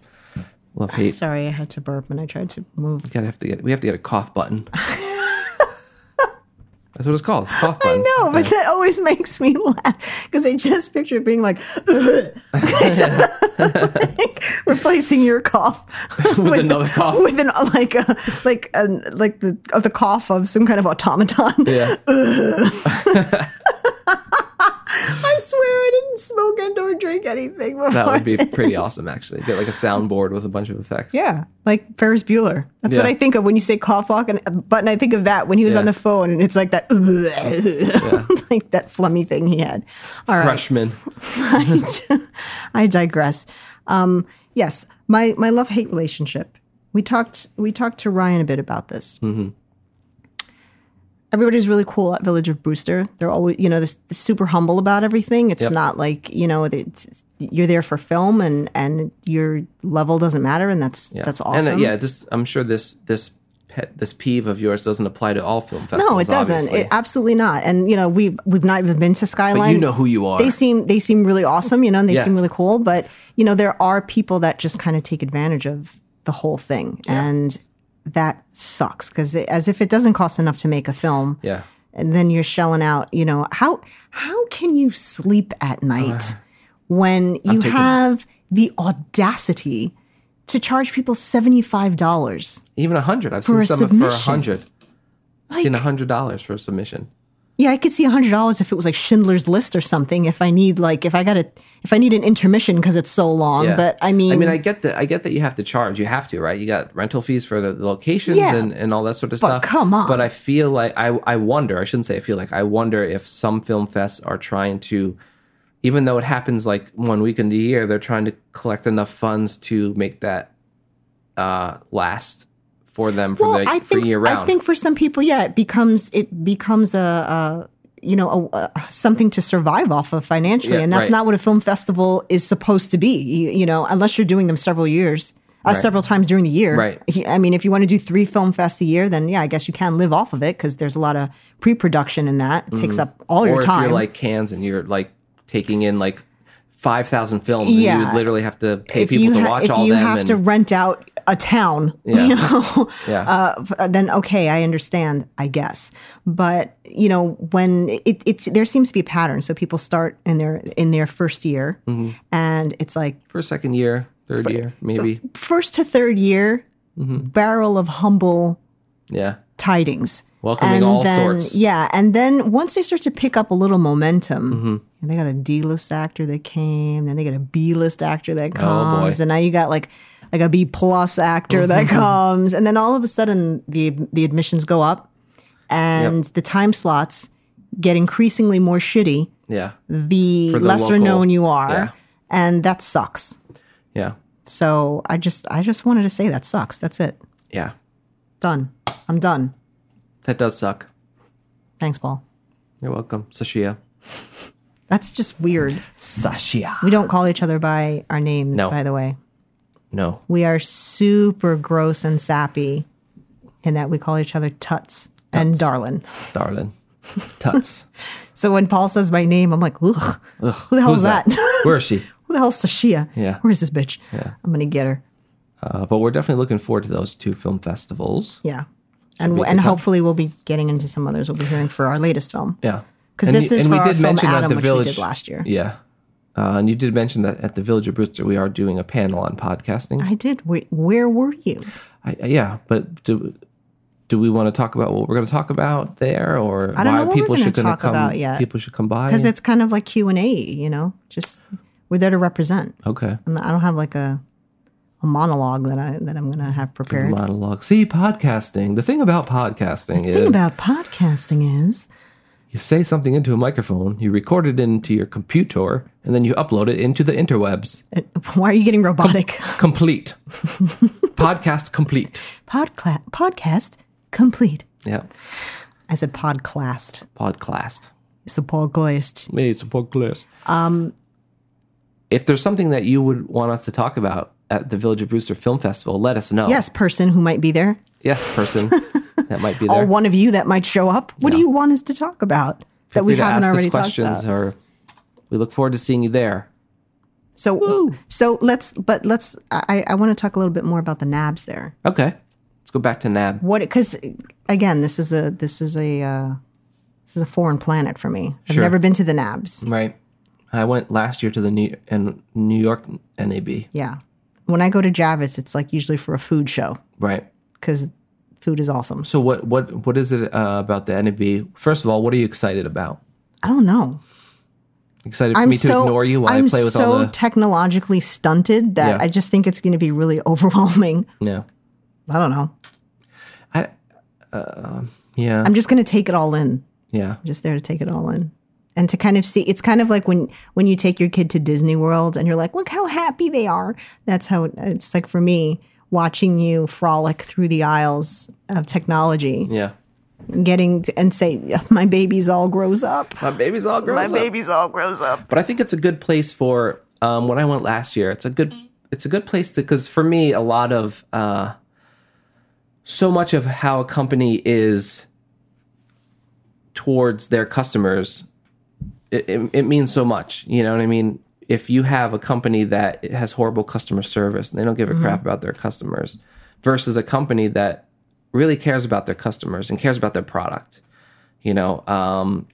Love hate.
sorry, I had to burp and I tried to move.
Gotta have to get. We have to get a cough button. That's what it's called. Cough button.
No, but that always makes me laugh because I just picture it being like, like, replacing your cough with,
another cough.
with an like a like a, like the of the cough of some kind of automaton.
Yeah.
I swear I didn't smoke and or drink anything before.
That would be
this.
pretty awesome, actually. Get like a soundboard with a bunch of effects.
Yeah, like Ferris Bueller. That's what
Yeah.
I think of when you say cough walk and button. I think of that when he was
Yeah.
on the phone, and it's like that, like that flummy thing he had. All right,
Freshman.
I digress. Um, yes, my my love hate relationship. We talked we talked to Ryan a bit about this.
Mm-hmm.
Everybody's really cool at Village of Brewster. They're always you know they're, s- they're super humble about everything. It's
Yep.
not like you know it's, it's- you're there for film and and your level doesn't matter, and that's
Yeah.
that's awesome.
And uh, yeah, this I'm sure this this pet this peeve of yours doesn't apply to all film festivals.
No, it doesn't.
obviously.
It, absolutely not. And you know, we've we've not even been to Skyline.
but you know who you are.
They seem they seem really awesome, you know, and they
Yeah.
seem really cool. But you know, there are people that just kind of take advantage of the whole thing, and that sucks because as if it doesn't cost enough to make a film,
yeah.
and then you're shelling out. You know how how can you sleep at night when you
taking
have the audacity to charge people seventy five dollars?
Even a hundred. I've seen
a
some for a
submission.
hundred. I've seen
Like-
a hundred dollars for a submission.
Yeah, I could see hundred dollars if it was like Schindler's List or something. If I need like if I got to if I need an intermission because it's so long.
Yeah.
But I mean,
I mean, I get that. I get that you have to charge. You have to, right? You got rental fees for the, the locations
Yeah.
and, and all that sort of
But
stuff.
come on.
But I feel like I I wonder. I shouldn't say I feel like I wonder if some film fests are trying to, even though it happens like one weekend a year, they're trying to collect enough funds to make that uh, last for them for the
I
for
think
year round.
I think for some people, yeah, it becomes it becomes a, a you know a, a, something to survive off of financially,
Yeah,
and that's
right.
not what a film festival is supposed to be. You, you know, unless you're doing them several years. Uh,
Right.
Several times during the year,
Right.
He- I mean, if you want to do three film fests a year, then yeah, I guess you can live off of it because there's a lot of pre-production in that. It takes up all
Mm-hmm. or
your
if
time.
you're like Cannes and you're like taking in like five thousand films, and you
Yeah.
would literally have to pay
if
people
you,
to
ha-
watch
if
all
you
them.
have
and,
to rent out a town,
Yeah.
you know,
Yeah.
uh, f- then okay, I understand, I guess. But you know, when it, it's there seems to be a pattern. So people start in their in their first year, and it's like
for a second year, third year, maybe.
first to third year, barrel of humble
Yeah.
tidings.
Welcoming all
then,
sorts.
Yeah, and then once they start to pick up a little momentum,
Mm-hmm.
and they got a D list actor that came, then they got a B list actor that
Oh,
comes, and now you got like like a B plus actor that
Mm-hmm.
comes, and then all of a sudden the the admissions go up, and the time slots get increasingly more shitty.
Yeah.
The,
For the
lesser
local-
known you are,
yeah.
and that sucks.
Yeah.
So I just I just wanted to say that sucks. That's it.
Yeah.
Done. I'm done.
That does suck.
Thanks, Paul.
You're welcome. Sashia.
That's just weird.
Sashia.
We don't call each other by our names,
No.
by the way.
No.
We are super gross and sappy in that we call each other tuts, and darlin.
Darling. Tuts.
So when Paul says my name, I'm like, ugh, who the hell
Who's
is that?
Where is she?
who the hell's Tashia?
Yeah.
Where's this bitch? I'm going to get her.
Uh, but we're definitely looking forward to those two film festivals.
Yeah. And, and hopefully we'll be getting into some others we'll be hearing for our latest film.
Yeah.
'Cause
And
this
you-
is
and
for our film
that
Adam, which we did last year.
Yeah. Uh, and you did mention that at the Village of Brewster, we are doing a panel on podcasting.
I did. Where, where were you?
I, I- yeah, but do do we want to talk about what we're going to talk about there, or
don't know
why
what we're
people
gonna
should gonna
talk
come?
about yet.
People should come by.
Because it's kind of like Q and A, you know, just we're there to represent.
okay.
I'm not- I don't have like a a monologue that I that I'm gonna have prepared.
Monologue. See, podcasting. The thing about podcasting
The
is
thing about podcasting is
you say something into a microphone, you record it into your computer, and then you upload it into the interwebs.
uh, why are you getting robotic?
Complete. Podcast complete.
Podcla- podcast complete.
Yeah.
I said podclast.
Podcast.
It's a podcast.
Me, it's a podcast. Um, if there's something that you would want us to talk about at the Village of Brewster Film Festival, let us know.
Yes, person who might be there,
Yes, person. that might be there.
or one of you that might show up. What do you want us to talk about
Feel
that we
free to
haven't
ask us
already talked about?
questions Or we look forward to seeing you there.
So, so let's. But let's. I, I want to talk a little bit more about the nabs there.
Okay. Let's go back to NAB.
what because again this is a this is a uh, this is a foreign planet for me i've
Sure.
never been to the nabs
Right. I went last year to the New, and New York NAB.
yeah when i go to javis it's like usually for a food show
Right.
because food is awesome
So what what what is it uh, about the NAB? First of all, what are you excited about?
i don't know
Excited for
i'm
me to
so
ignore you while
i'm
I play with
so
all the
technologically stunted that
Yeah.
i just think it's going to be really overwhelming
yeah
i don't know
I, uh, yeah
i'm just going to take it all in
yeah
just there to take it all in and to kind of see it's kind of like when when you take your kid to disney world and you're like look how happy they are that's how it, it's like for me watching you frolic through the aisles of technology
yeah.
getting to, and say my baby's all grows up
My baby's all grown
my
up.
baby's all grows up
but I think it's a good place for um, when I went last year. It's a good it's a good place because for me, a lot of uh, so much of how a company is towards their customers, it, it, it means so much. You know what I mean? If you have a company that has horrible customer service and they don't give a crap about their customers, versus a company that really cares about their customers and cares about their product, you know, um,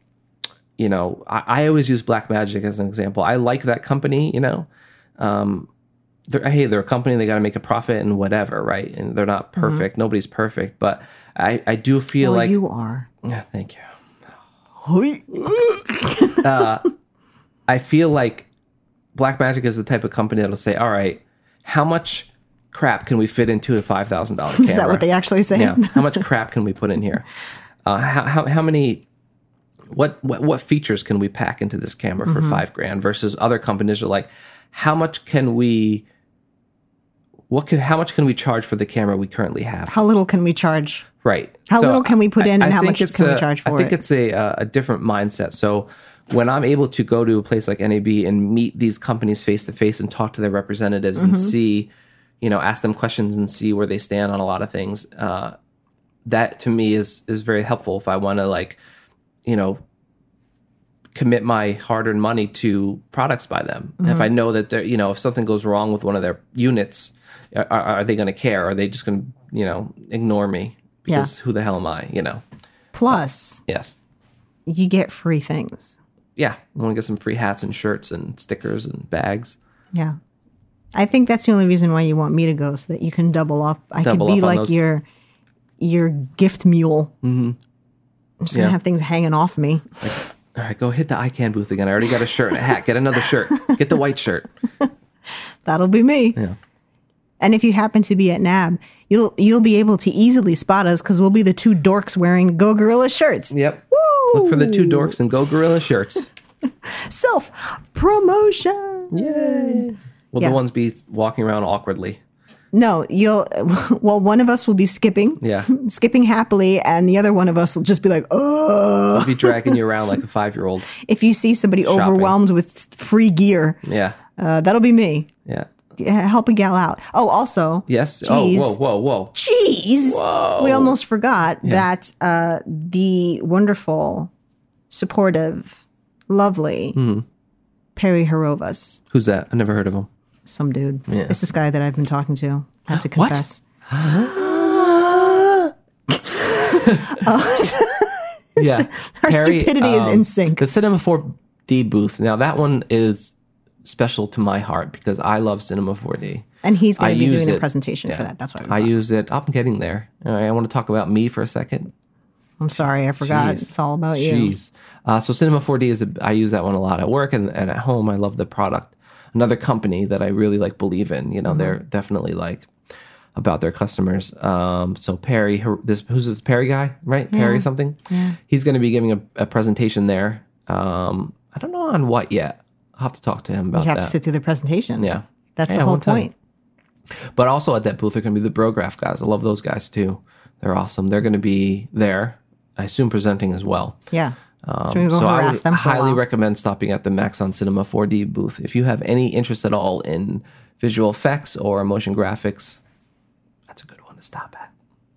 you know, I, I always use Blackmagic as an example. I like that company, you know. Um, they're, hey, they're a company, they got to make a profit and whatever, right? And they're not perfect. Nobody's perfect. But I, I do feel
well
like.
you Oh, are
Yeah, thank you. Uh,
Hoi.
I feel like Blackmagic is the type of company that'll say, "All right, how much crap can we fit into a five thousand dollar camera?"
Is that what they actually say?
Yeah. How much crap can we put in here? Uh, how, how how many? What, what what features can we pack into this camera
Mm-hmm.
for five grand versus other companies are like, how much can we? What can how much can we charge for the camera we currently have?
How little can we charge?
Right.
How little can we put in and how
think
much
it's
can we
a-
charge
I
for
think
it?
it's a, uh, a different mindset. So when I'm able to go to a place like NAB and meet these companies face to face and talk to their representatives and
Mm-hmm.
see, you know, ask them questions and see where they stand on a lot of things, uh, that to me is is very helpful if I want to like, you know, commit my hard-earned money to products by them. And
Mm-hmm.
If I know that they're, you know, if something goes wrong with one of their units, are, are they going to care? Are they just going to, you know, ignore me?
Yeah.
Because who the hell am I? You know.
Plus,
Yes.
you get free things.
Yeah. I want to get some free hats and shirts and stickers and bags.
Yeah. I think that's the only reason why you want me to go so that you can double up. I
Double
could be
up on
like
those.
your your gift mule. Mm-hmm. I'm just
Yeah.
gonna have things hanging off me.
All right, go hit the ICANN booth again. I already got a shirt and a hat. Get another shirt. Get the white shirt.
That'll be me.
Yeah.
And if you happen to be at NAB, you'll you'll be able to easily spot us because we'll be the two dorks wearing Go Gorilla shirts.
Yep. Look for the two dorks and go gorilla shirts.
Self promotion.
Will
Yeah.
the ones be walking around awkwardly?
No, you'll well, one of us will be skipping.
Yeah.
Skipping happily, and the other one of us will just be like, oh.
Be dragging you around like a five year old.
If you see somebody overwhelmed with free gear,
Yeah.
uh, that'll be me.
Yeah.
Yeah, Help a gal out. Oh, also.
Yes.
Jeez.
Oh, whoa, whoa, whoa.
Jeez.
Whoa.
We almost forgot that uh, the wonderful, supportive, lovely
Mm-hmm.
Perry Hirovas,
Who's that? I never heard of him.
some dude.
Yeah.
It's this guy that I've been talking to. I have to
What?
confess.
yeah. um,
Our stupidity is in sync.
The Cinema 4D booth. Now that one is special to my heart because I love Cinema 4D.
And he's
I
going to be
use
doing a
it.
presentation for
Yeah.
that. That's why we
I use it. I'm getting there. All right, I want to talk about me for a second.
I'm sorry, I forgot.
Jeez.
It's all about you.
Jeez. Uh, so Cinema 4D is a, I use that one a lot at work and, and at home. I love the product. Another company that I really like believe in. You know, they're
Mm-hmm.
definitely like about their customers. Um, so Perry, her- this who's this Perry guy, right? Perry something. Yeah. He's going to be giving a, a presentation there. Um, I don't know on what yet. I'll have to talk to him about
You have
that.
to sit through the presentation.
yeah.
That's
Yeah,
the
I
whole
won't tell you.
point.
But also at that booth are going to be the Brograph guys. I love those guys too. They're awesome. They're going to be there, I assume, presenting as well.
Yeah.
Um,
so we will
I
harass
would
them for a
highly
while.
recommend stopping at the Maxon Cinema 4D booth if you have any interest at all in visual effects or motion graphics. That's a good one to stop at.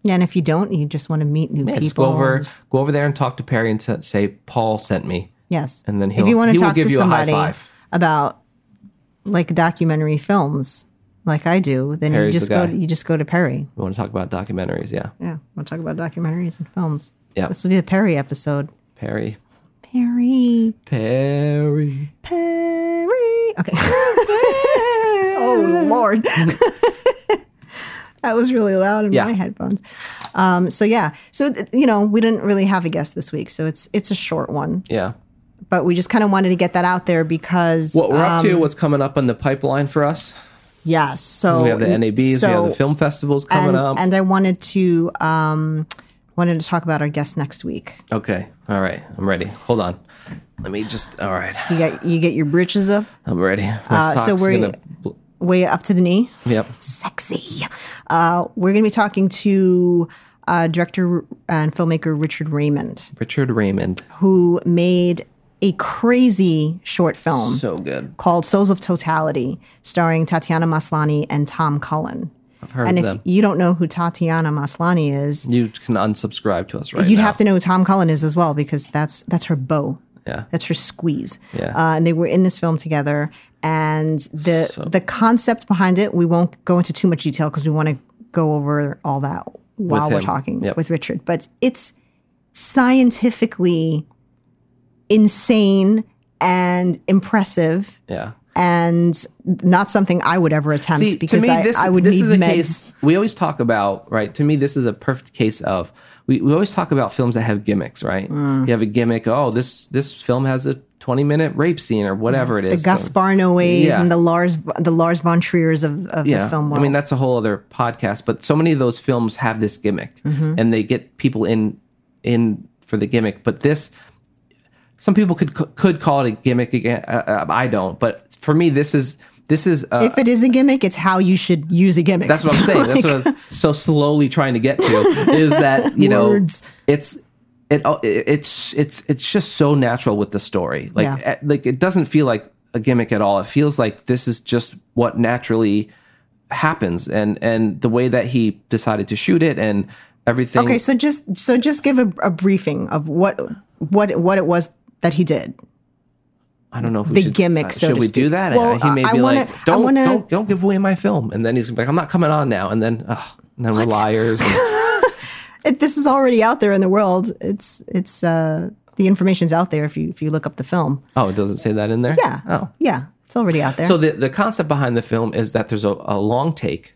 yeah, and if you don't, you just want to meet new
Yeah,
people.
just go over,
Just-
go over there and talk to Perry and t- say Paul sent me.
Yes.
And then
if
he'll-
you want to
he will
talk
give
to
you a high
somebody
five.
about like documentary films, like I do, then
Perry's
you
the
just go.
guy.
To, you just go to Perry.
We want to talk about documentaries, yeah.
Yeah, we'll talk about documentaries and films.
Yeah.
this will be the Perry episode.
Perry,
Perry,
Perry.
Perry. Okay. oh Lord, that was really loud in
Yeah.
my headphones. Um, so yeah, so th- you know, we didn't really have a guest this week, so it's it's a short one,
Yeah.
but we just kind of wanted to get that out there because
What we're
um,
up to, what's coming up on the pipeline for us.
Yes. So
We have the NABs, we have the film festivals coming
and,
up.
and I wanted to um, wanted to talk about our guest next week.
okay. All right. I'm ready. Hold on. Let me just, all right.
You get you get your britches up,
I'm ready. My
Uh, so
socks
we're-
gonna bl-
way up to the knee,
yep.
sexy. Uh, we're gonna be talking to uh, director and filmmaker Richard Raymond,
Richard Raymond.
who made a crazy short film
So good.
called Souls of Totality, starring Tatiana Maslani and Tom Cullen.
I've heard
And
of
if
them.
you don't know who Tatiana Maslani is,
You can unsubscribe to us right
You'd
now.
have to know who Tom Cullen is as well because that's that's her bow.
Yeah.
That's her squeeze.
Yeah.
Uh, and they were in this film together. And the the concept behind it, we won't go into too much detail because we want to go over all that while we're
him.
talking
Yep.
with Richard. But it's scientifically insane and impressive
yeah.
and not something I would ever attempt
See,
because
to me,
I,
this,
I would
this
need
is a
meds.
case we always talk about, right? To me, this is a perfect case of we, we always talk about films that have gimmicks, right?
Mm.
You have a gimmick. Oh, this this film has a twenty minute rape scene or whatever it
Mm. the
is. so-
Gaspar Noé's
Yeah.
and the Lars the Lars von Trier's of, of
yeah,
the film world.
I mean that's a whole other podcast. But so many of those films have this gimmick,
Mm-hmm.
and they get people in in for the gimmick. But this, some people could could call it a gimmick again. Uh, uh, I don't, but for me, this is this is uh,
if it is a gimmick, it's how you should use a gimmick.
That's what I'm saying. That's what I'm so slowly trying to get to is that you know
Words.
it's it it's it's it's just so natural with the story. Like
Yeah.
eh, like it doesn't feel like a gimmick at all. It feels like this is just what naturally happens and and the way that he decided to shoot it and everything.
okay, so just so just give a, a briefing of what what what it was that he did.
I don't know if we
the
should,
gimmick,
uh,
so
should
to
we do
speak.
that?
Well,
And he may
I- I
be
wanna- I
like, don't,
wanna-
don't don't give away my film. And then he's gonna be like, I'm not coming on now. And then ugh, and then we're liars. And-
It, this is already out there in the world. It's it's uh, the information's out there if you if you look up the film.
oh, it doesn't say that in there.
Yeah.
Oh.
Yeah. It's already out there.
So the, the concept behind the film is that there's a, a long take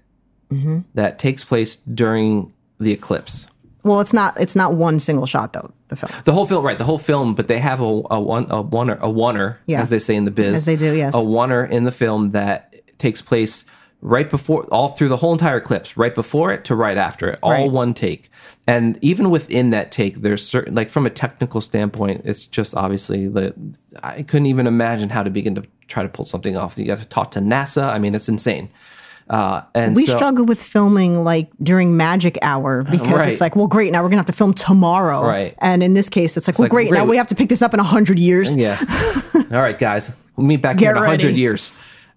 that takes place during the eclipse.
well, it's not it's not one single shot though, the film.
The whole film, right? The whole film, but they have a, a one a one a oneer,
Yeah.
as they say in the biz,
As they do, yes.
a oneer in the film that takes place right before, all through the whole entire eclipse, right before it to right after it, all
Right.
one take. And even within that take, there's certain, like from a technical standpoint, it's just obviously the I couldn't even imagine how to begin to try to pull something off. You got to talk to NASA. I mean, it's insane. Uh, and
We
so, Uh,
struggle with filming like during magic hour because
Right.
it's like, well, great, now we're gonna have to film tomorrow.
Right.
And in this case, it's like, well,
like,
great,
great,
now
we-
we have to pick this up in hundred years.
Yeah. All right, guys. We'll meet back here in
Get
a hundred
ready.
years.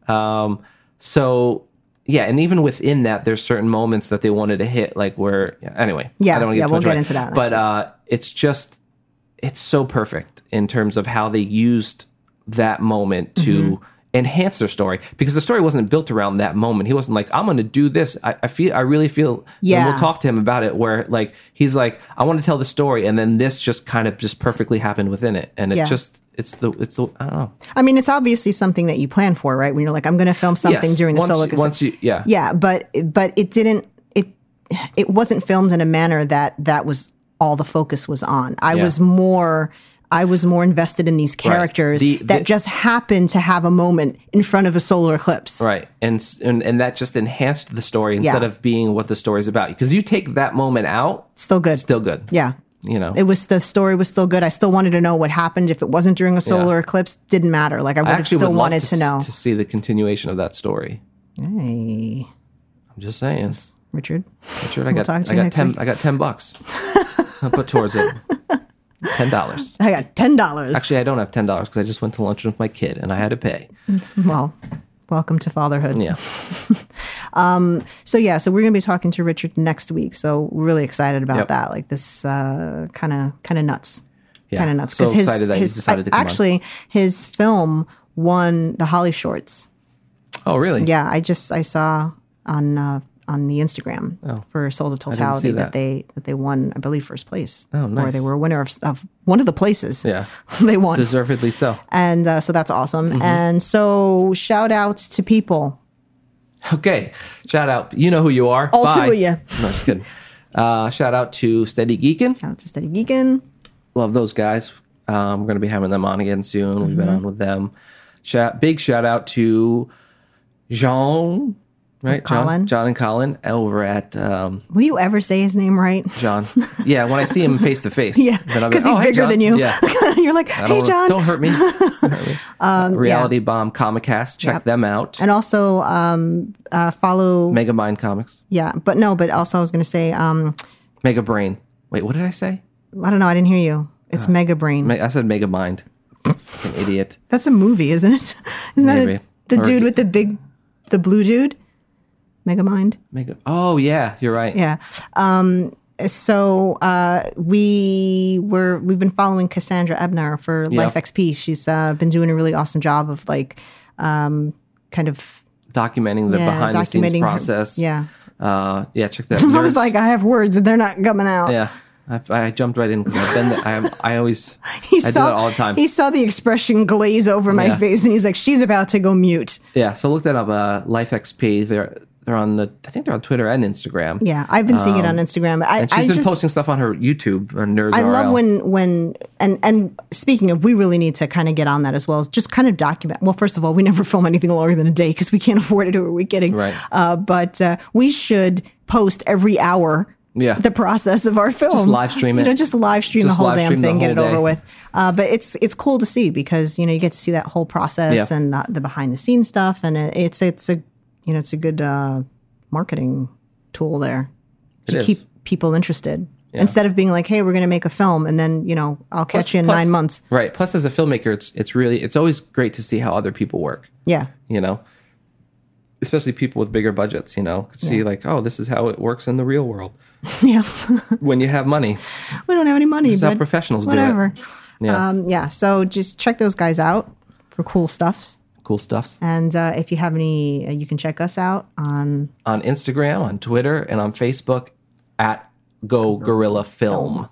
Um, so yeah, and even within that, there's certain moments that they wanted to hit, like where yeah, anyway.
Yeah,
wanna
yeah,
too
we'll
much
get
away.
into that.
But uh, it's just it's so perfect in terms of how they used that moment to
Mm-hmm.
enhance their story because the story wasn't built around that moment. He wasn't like, I'm going to do this. I, I feel, I really feel. And
Yeah.
we'll talk to him about it where like, he's like, I want to tell the story. And then this just kind of just perfectly happened within it. And it
Yeah.
just, it's the, it's the, I don't know.
I mean, it's obviously something that you plan for, right? When you're like, I'm going to film something
Yes,
during the
once,
solo.
you-
'cause-
Once you, yeah.
yeah, but but it didn't. It it wasn't filmed in a manner that that was all the focus was on. I
Yeah.
was more. I was more invested in these characters
The-
that
the-
just happened to have a moment in front of a solar eclipse.
Right. And, s- and, and that just enhanced the story instead
Yeah.
of being what the story is about. Cause you take that moment out,
Still good.
still good.
Yeah.
You know,
It was the story was still good. I still wanted to know what happened. If it wasn't during a solar eclipse, didn't matter. Like I would
I
have
actually
still
would
wanted
love
to,
s-
know.
to see the continuation of that story.
Hey,
I'm just saying.
Richard.
Sure, I got,
talk to
I
you
got
next
ten.
week.
I got ten bucks. I put towards it. Ten dollars.
I got ten dollars.
Actually, I don't have ten dollars because I just went to lunch with my kid and I had to pay.
Well, welcome to fatherhood.
Yeah,
So yeah, so we're gonna be talking to Richard next week. So we're really excited about
Yep.
that. Like this, kind of kind of nuts,
Yeah.
kind of nuts.
So
'Cause his-
excited that you
his-
decided to come on.
actually his film won the Holly Shorts.
Oh, really?
Yeah, I just I saw on uh, on the Instagram for Souls of Totality
Oh. see
that.
that.
they that they won, I believe, first place.
Oh,
Or
nice.
they were a winner of, of one of the places.
Yeah. Mm-hmm.
they won.
Deservedly so.
and uh, so that's awesome. And so shout outs to people,
Okay. Shout out. You know who you are.
all
Bye.
two of you.
No, just kidding. Uh, shout out to Steady Geekin.
Shout out to Steady Geekin.
love those guys. Um, we're going to be having them on again soon. We've
Mm-hmm.
been on with them. Shout, big shout out to Jean, right? John-
Colin.
John, and Colin over at um,
Will you ever say his name right?
John. Yeah, when I see him face to face,
Yeah,
then I'll be
because he's
like, "Oh, hey,
bigger
John."
than you.
Yeah.
You're like,
I
hey,
don't-
John. Um,
Don't hurt me. Don't hurt me. Uh, Reality Bomb Comicast. Check
Yep.
them out.
And also um, uh, follow,
Mega Mind Comics.
yeah, but no, but also I was going to say, um,
Mega Brain. Wait, what did I say?
I don't know, I didn't hear you. It's Mega Brain.
Uh, Me- I said Mega Mind. An idiot.
That's a movie, isn't it? Isn't that
Maybe.
a, the
Or-
dude with the big, the blue dude? Megamind.
Mega. Oh yeah, you're right.
Yeah. Um, so uh, we were we've been following Cassandra Ebner for
Yeah.
Life XP. She's uh, been doing a really awesome job of like, um, kind of
Documenting the
yeah,
behind the
documenting
scenes
her-
process.
yeah.
Uh, yeah, check that.
I was
Nerds.
like, I have words and they're not coming out.
Yeah. I, I jumped right in because I've been. There. I, am- I always.
He
I do that all the time.
He saw the expression glaze over my
Yeah.
face, and he's like, "She's about to go mute."
Yeah. So look that up. Uh, Life XP. They're they're on the. I think they're on Twitter and Instagram.
Yeah, I've been seeing it on Instagram. I,
Um, And she's
I
been
just,
posting stuff on her YouTube on Nerds.
I love
RL.
when when and and speaking of, we really need to kind of get on that as well. Is just kind of document. Well, first of all, we never film anything longer than a day because we can't afford it. Who are we kidding?
Right.
Uh, but uh, we should post every hour.
Yeah.
The process of our film.
live stream
You
it.
know, just live stream
Just
the whole
live
damn
stream the
thing, get it
whole
over
day.
with. Uh, but it's it's cool to see because you know you get to see that whole process
Yeah.
and the, the behind the scenes stuff, and it, it's it's a you know it's a good uh, marketing tool there
It
to
is.
keep people interested instead of being like, "Hey, we're going to make a film," and then you know I'll catch you in
Plus-
nine months.
Right. Plus, as a filmmaker, it's it's really it's always great to see how other people work.
Yeah,
You know, especially people with bigger budgets. You know, could see like, oh, this is how it works in the real world
yeah.
when you have money.
we don't have any money.
is how
but
professionals do it.
whatever.
Yeah.
Um, yeah. So just check those guys out for cool stuffs.
Cool stuffs
And uh, if you have any, uh, you can check us out on
on Instagram, on Twitter, and on Facebook at Go Gorilla Film.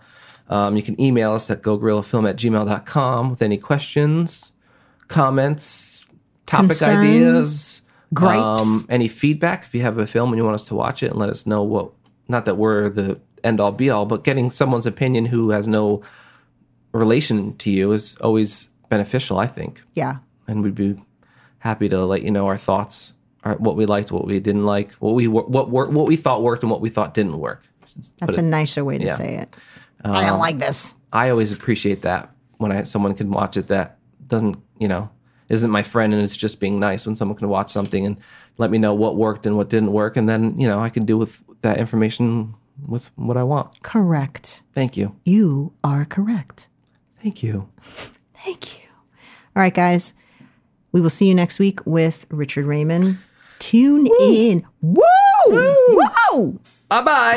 Um, you can email us at gogorillafilm at gmail.com with any questions, comments, topic
Concerns,
ideas, um,
gripes.
any feedback. If you have a film and you want us to watch it and let us know what, not that we're the end all be all, but getting someone's opinion who has no relation to you is always beneficial, I think
yeah.
and we'd be happy to let you know our thoughts, our, what we liked, what we didn't like, what we wor- what worked, what we thought worked, and what we thought didn't work.
That's a nicer way to say it. I don't like this.
I always appreciate that when I someone can watch it that doesn't you know isn't my friend and it's just being nice when someone can watch something and let me know what worked and what didn't work, and then you know I can do with that information with what I want.
Correct.
Thank you,
You are correct.
thank you.
Thank you. All right, guys. We will see you next week with Richard Raymond. Tune in. Woo! Whoa!
Bye bye.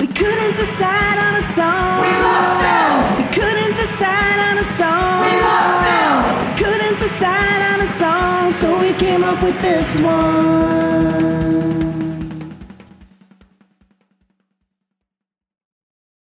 We couldn't decide on a song. We love them. We couldn't decide on a song. We love them. We couldn't decide on a song, so we came up with this one.